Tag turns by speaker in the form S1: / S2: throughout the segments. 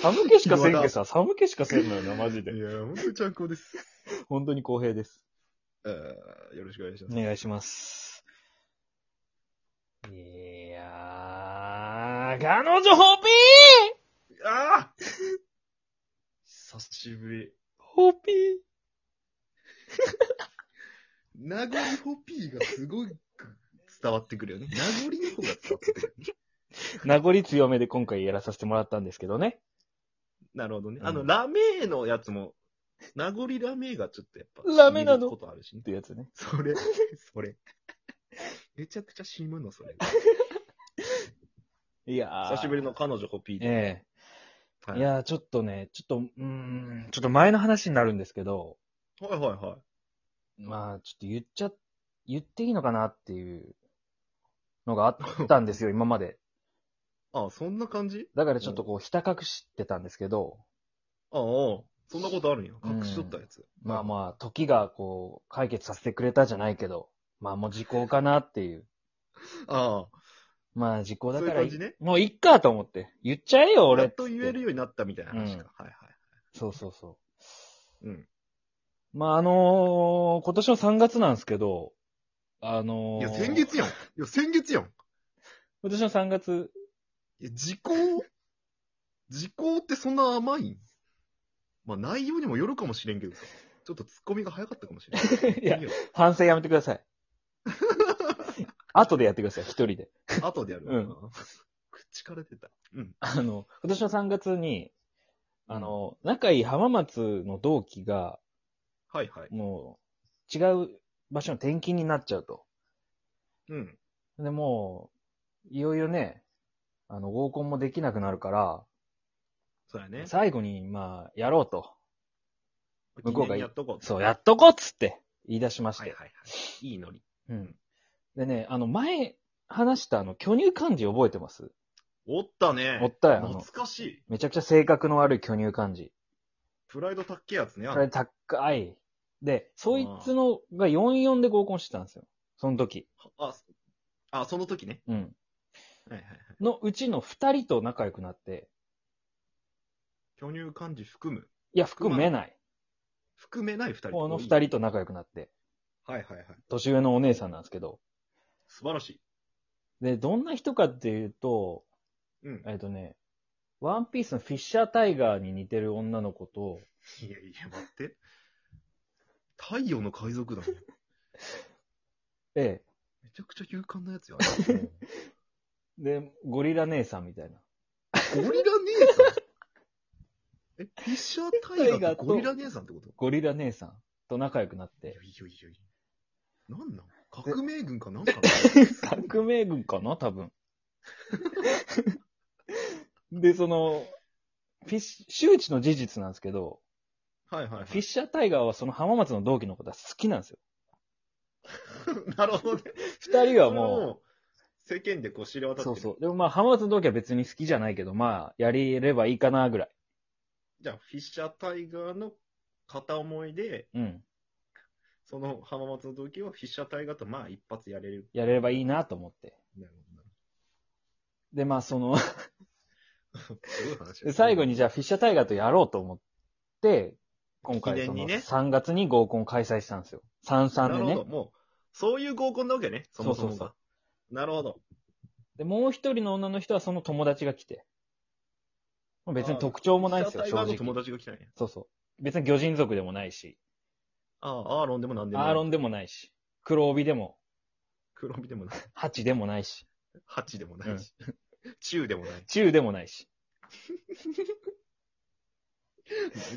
S1: 寒気しかせんけさ、寒気しかせんのよな、マジで
S2: い。や、本当にちゃんこです。
S1: 本当に公平です。
S2: あーよろしくお願いしま
S1: お
S2: す。
S1: 願いします。いやー、彼女ホピー
S2: ああ久しぶり。
S1: ホピー
S2: 名残ホピーがすごく伝わってくるよね。名残の方が伝わってくる。
S1: 名残強めで今回やらさせてもらったんですけどね。
S2: なるほどね。
S1: うん
S2: あの、ラメーのやつも、名残ラメーがちょっとやっぱ、
S1: ラメなの
S2: 染みることあるしね
S1: っ。てやつね。
S2: それ、それ。めちゃくちゃ死むの、それ。
S1: いやー。
S2: 久しぶりの彼女ホピーで。
S1: ええ
S2: はい
S1: いやー、ちょっとね、ちょっと、うーん、ちょっと前の話になるんですけど、
S2: はいはいはい。
S1: まあ、ちょっと言っちゃ、言っていいのかなっていうのがあったんですよ、今まで。
S2: ああ、そんな感じ
S1: だからちょっとこう、ひた隠してたんですけど、
S2: ああ、そんなことあるんや。隠しとったやつ。
S1: まあまあ、時がこう、解決させてくれたじゃないけど、まあもう時効かなっていう。
S2: あ。あ
S1: まあ時効だから
S2: そういう感じね
S1: もういっかと思って。言っちゃえよ、
S2: あ。
S1: 俺
S2: や
S1: っ
S2: っと
S1: つって
S2: 言えるようになったみたいな話か。
S1: う
S2: はいはい。
S1: そうそうそう。
S2: うん。
S1: まああのー今年の3月なんですけど、あのー
S2: いや、先月やん。いや、先月やん。
S1: 今年の3月、
S2: いや、時効、時効ってそんな甘いんまあ、内容にもよるかもしれんけどさ。ちょっとツッコミが早かったかもしれん
S1: いや
S2: いいよ。
S1: 反省やめてください。後でやってください、一人で。
S2: 後でやる。
S1: うん。
S2: 口から出た。うん。
S1: あの、今年の3月に、あ、の、仲いい浜松の同期が、
S2: はいはい。
S1: もう、違う場所の転勤になっちゃうと。
S2: うん。
S1: で、もう、いよいよね、あの、合コンもできなくなるから、
S2: そうやね。
S1: 最後に、まあ、やろうと。向こうが
S2: 記念にやっとこう。
S1: そう、やっとこうっつって、言い出しまし
S2: はい
S1: て。
S2: はいはい。いいノリ。
S1: うん。でね、あの、前、話したあの、巨乳漢字覚えてます
S2: おったね。
S1: おったよあの
S2: 懐かしい。
S1: めちゃくちゃ性格の悪い巨乳漢字。
S2: プライド高っけやつね。あ
S1: そ
S2: の
S1: れ高い。で、そいつのが44で合コンしてたんですよ。その時。
S2: あ、そあ、その時ね。
S1: うん。
S2: はいはいはい。
S1: のうちの2人と仲良くなって、
S2: 巨乳漢字含む。
S1: いや、含めない。
S2: 含めない二人。
S1: この2
S2: はい
S1: 人と仲良くなって、
S2: はいはい。
S1: 年上のお姉さんなんですけど。
S2: 素晴らしい。
S1: で、どんな人かっていうと、
S2: うん。
S1: えっとね、ワンピースのフィッシャータイガーに似てる女の子と、
S2: いやいや、待って。太陽の海賊団。め
S1: え
S2: ちゃくちゃ勇敢なやつよ。
S1: え。で、ゴリラ姉さんみたいな。
S2: ゴリラ姉さんえ、フィッシャータイガーってゴリラ姉さんってこと
S1: ゴリラ姉さんと仲良くなっ
S2: いやい
S1: て
S2: や。いやいや。なんなん革命軍かなんかな
S1: 革命軍かな多分。 で、その、フィッシュ、周知の事実なんですけど、
S2: はいはい、は
S1: フィッシャータイガーはその浜松の同期のことは好きなんですよ。
S2: い。なるほどね。
S1: 二人は
S2: それ
S1: も
S2: はう、世間でこう知れ渡っ
S1: う、
S2: てる。
S1: そうそう。でもまあ浜松の同期は別に好きじゃないけど、まあ、やれればいいかなぐらい。
S2: じゃあ、フィッシャータイガーの片思いで、
S1: うん。
S2: その浜松の時はフィッシャータイガーとまあ一発やれる。
S1: やれればいいなと思って。
S2: なるほどな
S1: で、まあその、
S2: すごい話
S1: で 最後にじゃあフィッシャータイガーとやろうと思って、今
S2: 記
S1: 回
S2: 念
S1: そ
S2: に
S1: の
S2: ね
S1: 3月に合コン開催したんですよ。33
S2: な
S1: で
S2: るほ
S1: ね
S2: ど。。もう、そういう合コンなわけね。そもそもが。
S1: そうそう
S2: なるほど。
S1: で、もう一人の女の人はその友達が来て。まあ別に特徴もないですよ、
S2: フィッシ
S1: 正
S2: ャータイガー
S1: 直
S2: の。友達が来たんや。
S1: そうそう。別に魚人族でもないし、
S2: ああ、アーロンでもなんでもない。
S1: アーロンでもないし、黒帯でも、
S2: 黒帯 でもない。
S1: ハチでもないし、
S2: ハチでもないし。チューでもない。
S1: チュウでもないし。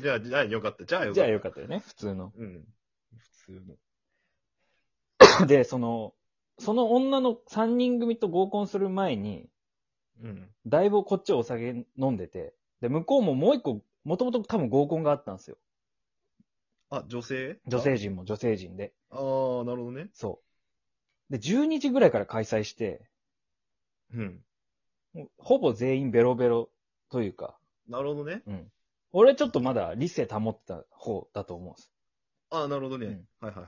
S2: じゃあ、じゃあよかった。じゃあよかった。
S1: じゃあよかったよね、普通の。
S2: うん。普通の。
S1: で、その、その女の3人組と合コンする前に、
S2: うん。
S1: だいぶこっちはお酒飲んでて、で、向こうももう一個、もともと多分合コンがあったんですよ。
S2: あ、女性
S1: 女。性陣も女性陣で。
S2: ああー、なるほどね。
S1: そう。で、12時ぐらいから開催して、
S2: うん。
S1: もうほぼ全員ベロベロというか、
S2: なるほどね。
S1: うん。俺ちょっとまだ理性保ってた方だと思うんです。
S2: ああ、なるほどね。はいはいはいはい。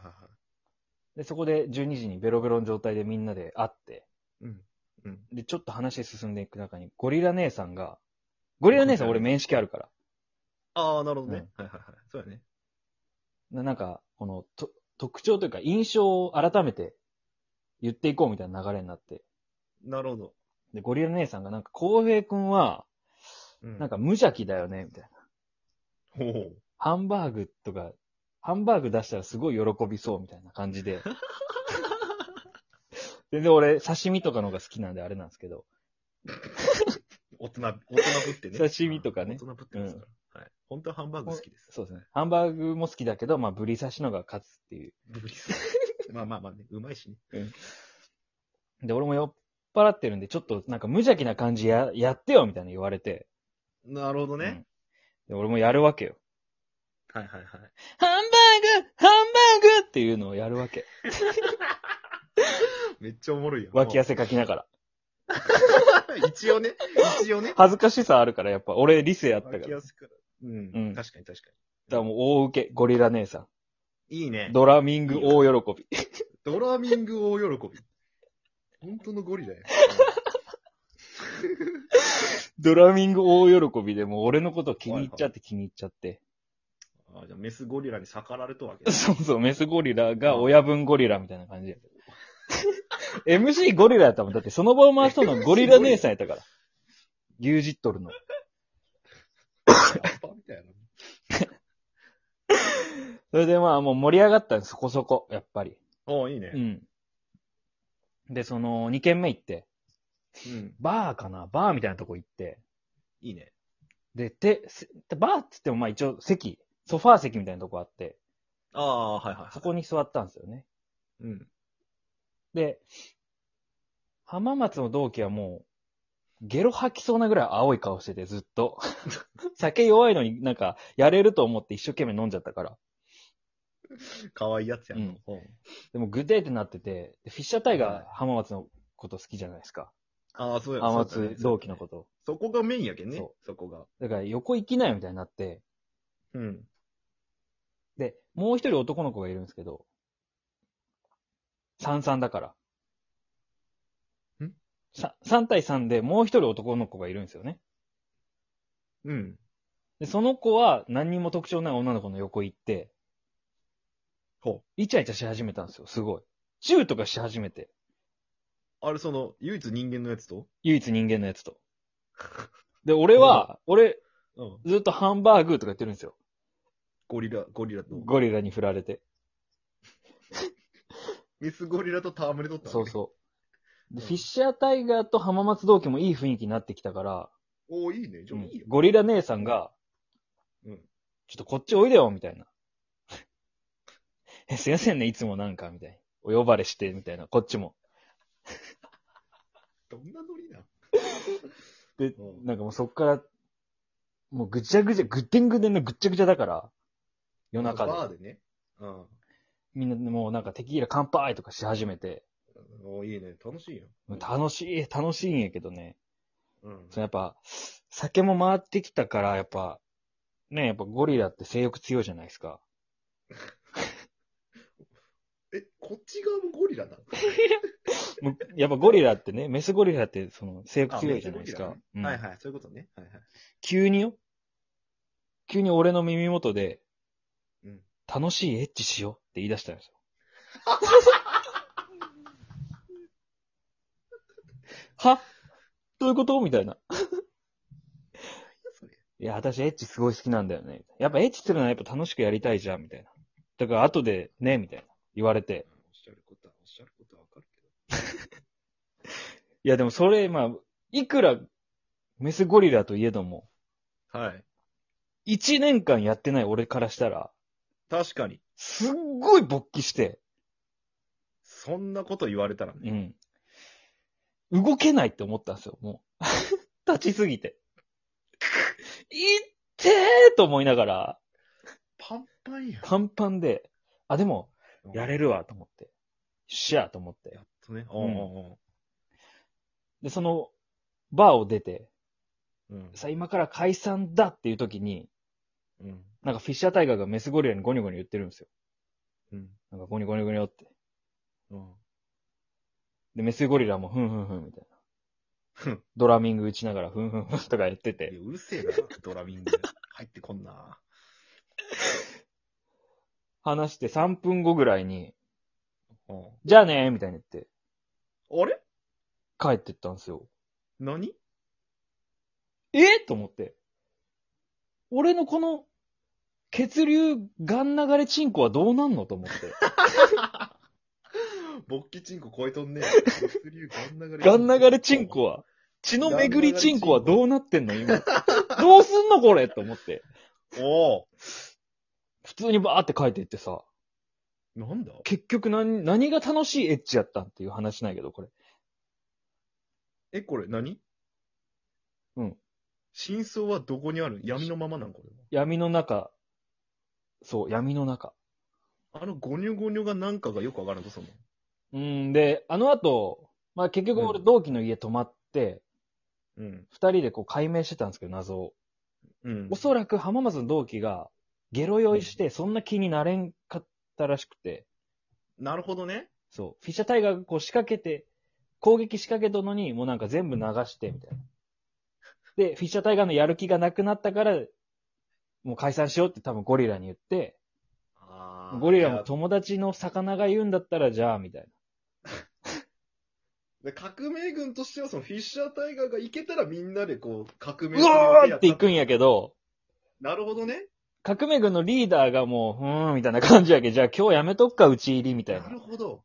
S1: で、そこで12時にベロベロの状態でみんなで会って、
S2: うん。うん。
S1: で、ちょっと話進んでいく中に、ゴリラ姉さんが、ゴリラ姉さん俺面識あるから。
S2: ああ、なるほどね。
S1: う
S2: はいはいはい。そうやね。
S1: ななんか、このと特徴というか印象を改めて言っていこうみたいな流れになって。
S2: なるほど。
S1: で、ゴリラ姉さんがなんか、浩平くんは、
S2: うん
S1: なんか無邪気だよね、みたいな。
S2: ほう。
S1: ハンバーグとか、ハンバーグ出したらすごい喜びそうみたいな感 じで。全然俺、刺身とかの方が好きなんであれなんですけど。
S2: 大人、大人ぶってね。
S1: 刺身とかね
S2: 大人ぶってますから。はい。本当はハンバーグ好きです。
S1: そうですね。ハンバーグも好きだけど、まあ、ブリ刺しの方が勝つっていう。
S2: ブリス。まあまあまあね、うまいしね。
S1: で、俺も酔っ払ってるんで、ちょっとなんか無邪気な感じや、やってよみたいな言われて。
S2: なるほど
S1: う
S2: ね
S1: ん。で、俺もやるわけよ。
S2: はいはいはい。
S1: ハンバーグハンバーグっていうのをやるわけ。
S2: めっちゃおもろいや ん。
S1: 脇汗かきながら。
S2: 一応ね、一応ね。
S1: 恥ずかしさあるから、やっぱ俺理性やったから。だ
S2: 脇
S1: か
S2: 汗から。うん、
S1: うん
S2: 確かに確から
S1: もう大受け、ゴリラ姉さ
S2: に。いいね
S1: ん。。ドラミング大喜び。
S2: ドラミング大喜び。本当のゴリラや。
S1: ドラミング大喜びでもう俺のこと気に入っちゃって気に入っちゃって。
S2: あじゃあメスゴリラに逆らわれたわけ だ。
S1: そうそう、メスゴリラが親分ゴリラみたいな感じ や。MC ゴリラやったもん。だってその場を回しとんのゴリラ姉さんやったから。牛耳っとるの。
S2: ラッパーみたいな。
S1: それでまあもう盛り上がったんです、そこそこ、やっぱり。
S2: おいいね
S1: う。ん。で、その2軒目行って、
S2: うん。
S1: バーかなバーみたいなとこ行って、
S2: いいね。
S1: で、て、せバーって言ってもまあ一応席、ソファー席みたいなとこあって、
S2: ああ、はいはいはい。
S1: そこに座ったんですよね。
S2: うん。
S1: で、浜松の同期はもう、ゲロ吐きそうなぐらい青い顔してて、ずっと。 酒弱いのになんか、やれると思って一生懸命飲んじゃったから。
S2: かわいいやつやん。
S1: うん
S2: おう
S1: でもグデーってなってて、でフィッシャータイが浜松のこと好きじゃないですか。
S2: ああ、そうや
S1: 浜
S2: そう
S1: 松
S2: だね
S1: 同期のこと。
S2: そこがメインやけんね。
S1: そ
S2: そこが。
S1: だから横行きなよみたいになって、
S2: うん。
S1: で、もう一人男の子がいるんですけど、三三だから。
S2: ん
S1: さ ?3 対3でもう一人男の子がいるんですよね。
S2: うん。
S1: で、その子は何にも特徴ない女の子の横行って、
S2: ほ
S1: イチャイチャし始めたんですよ、すごい。チューとかし始めて、
S2: う。あれ、その、唯一人間のやつと
S1: 唯一人間のやつと。で、俺は、俺、
S2: うん。
S1: ずっとハンバーグとか言ってるんですよ。
S2: ゴリラ、ゴリラと。
S1: ゴリラに振られて。
S2: ミスゴリラと戯れとったわけ
S1: そうそう。で、
S2: うん
S1: フィッシャータイガーと浜松同期もいい雰囲気になってきたから、
S2: おーいいね。じゃあいいよ。
S1: ゴリラ姉さんが、
S2: うん
S1: ちょっとこっちおいでよ、みたいな。 え、すいませんね、いつもなんか、みたいな。お呼ばれして、みたいな、こっちも。
S2: どんなノリ な
S1: で
S2: う、ん
S1: なんかもうそっから、もうぐちゃぐちゃ、ぐってんぐでんのぐっちゃぐちゃだから、夜中で。
S2: バーでね。うん。
S1: みんなもうなんかテキーラ乾杯とかし始めて、
S2: おーいいね。楽しいよ。
S1: 楽しい、楽しいんやけどね。
S2: うん。
S1: そのやっぱ、酒も回ってきたから、やっぱ、ね、やっぱゴリラって性欲強いじゃないですか。
S2: え、こっち側もゴリラだ。
S1: むやっぱゴリラってね、メスゴリラってその性欲強いじゃないです
S2: あ
S1: か
S2: メス
S1: う
S2: ゴ。
S1: ん
S2: はいはい、そういうことね。はいはい。
S1: 急によ。急に俺の耳元で、
S2: うん
S1: 楽しいエッチしようって言い出したんです よ。はどういうことみたいな。
S2: それ
S1: いや、私エッチすごい好きなんだよね。やっぱエッチするのはやっぱ楽しくやりたいじゃん、みたいな。だから後でね、みたいな。言われて。
S2: おっしゃることは、おっしゃることはわかるけど。
S1: いや、でもそれ、まあ、いくら、メスゴリラといえども、
S2: はい。
S1: 一年間やってない俺からしたら、
S2: 確かに。
S1: すっごい勃起して、
S2: そんなこと言われたらね。
S1: うん。動けないって思ったんですよ、もう。 立ちすぎて。いってーと思いながら、
S2: パンパンやん。
S1: パンパンで、あ、でも、やれ
S2: る。
S1: るわ、と思って。よっしゃーと思って
S2: や。っとね。おうお
S1: で、その、バーを出て、
S2: うおううん。
S1: さあ、今から解散だっていう時に、
S2: うん。
S1: なんかフィッシャータイガーがメスゴリラにゴニョゴニョ言ってるんですよ。
S2: うん。
S1: なんかゴニョゴニョゴニョって。
S2: うん。
S1: で、メスゴリラもふんふんふんみたいな。
S2: うん
S1: ドラミング打ちながら、ふんふんふんとかやってて。
S2: うるせえな、ドラミング。入ってこんな。
S1: 話して3分後ぐらいに、
S2: うん
S1: じゃあねーみたいに言って、
S2: あれ
S1: 帰ってったんですよ。
S2: 何
S1: えと思って。俺のこの、血流、ガン流れチンコはどうなんのと思って。
S2: 勃起チンコ超えとんねえ。物流ガン流れ。
S1: ガン流れチンコは、血の巡りチンコはどうなってんの今。どうすんのこれと思って。
S2: お
S1: 普通にバーって帰っていってさ、
S2: おなんだ
S1: 結局何、何が楽しいエッチやったんっていう話なんやけど、これ。
S2: え、これ何
S1: うん。
S2: 真相はどこにある闇のままなんこれ
S1: 闇の中。そう、闇の中。
S2: は。あのゴニョゴニョがなんかがよくわからんとその。
S1: うん、で、あの後、まあ結局俺
S2: うん
S1: 同期の家泊まって、
S2: うん。
S1: 二人でこう解明してたんですけど、謎を。
S2: うん
S1: お。そらく浜松の同期がゲロ酔いして、そんな気になれんかったらしくて、
S2: なるほどね。
S1: そう、フィッシャータイガーがこう仕掛けて、攻撃仕掛けたのに、もうなんか全部流して、みたいな。で、フィッシャータイガーのやる気がなくなったから、もう解散しようって多分ゴリラに言って、
S2: あー
S1: ゴリラ
S2: い
S1: も
S2: や
S1: 友達の魚が言うんだったらじゃあ、みたい
S2: で革命軍としては、そのフィッシャータイガーが行けたらみんなでこう、革
S1: な。
S2: 命
S1: うわーって行くんやけど、
S2: なるほどね。
S1: 革命軍のリーダーがもう、ふーん、みたいな感じやけど、じゃあ今日やめとくか、うち入り、みたい
S2: な
S1: な。
S2: るほ ど。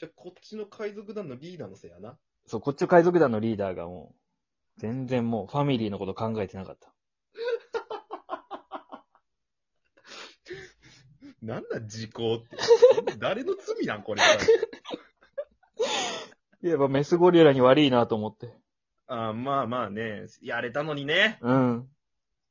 S2: じゃあ、こっちの海賊団のリーダーのせいやな。
S1: そう、こっちの海賊団のリーダーがもう、全然もう、ファミリーのこと考えてなかった。
S2: なんだ、時効って。誰の罪な ん、これ。
S1: いややっぱメスゴリラに悪いなと思って。
S2: あーまあまあね、やれたのにね。
S1: うん。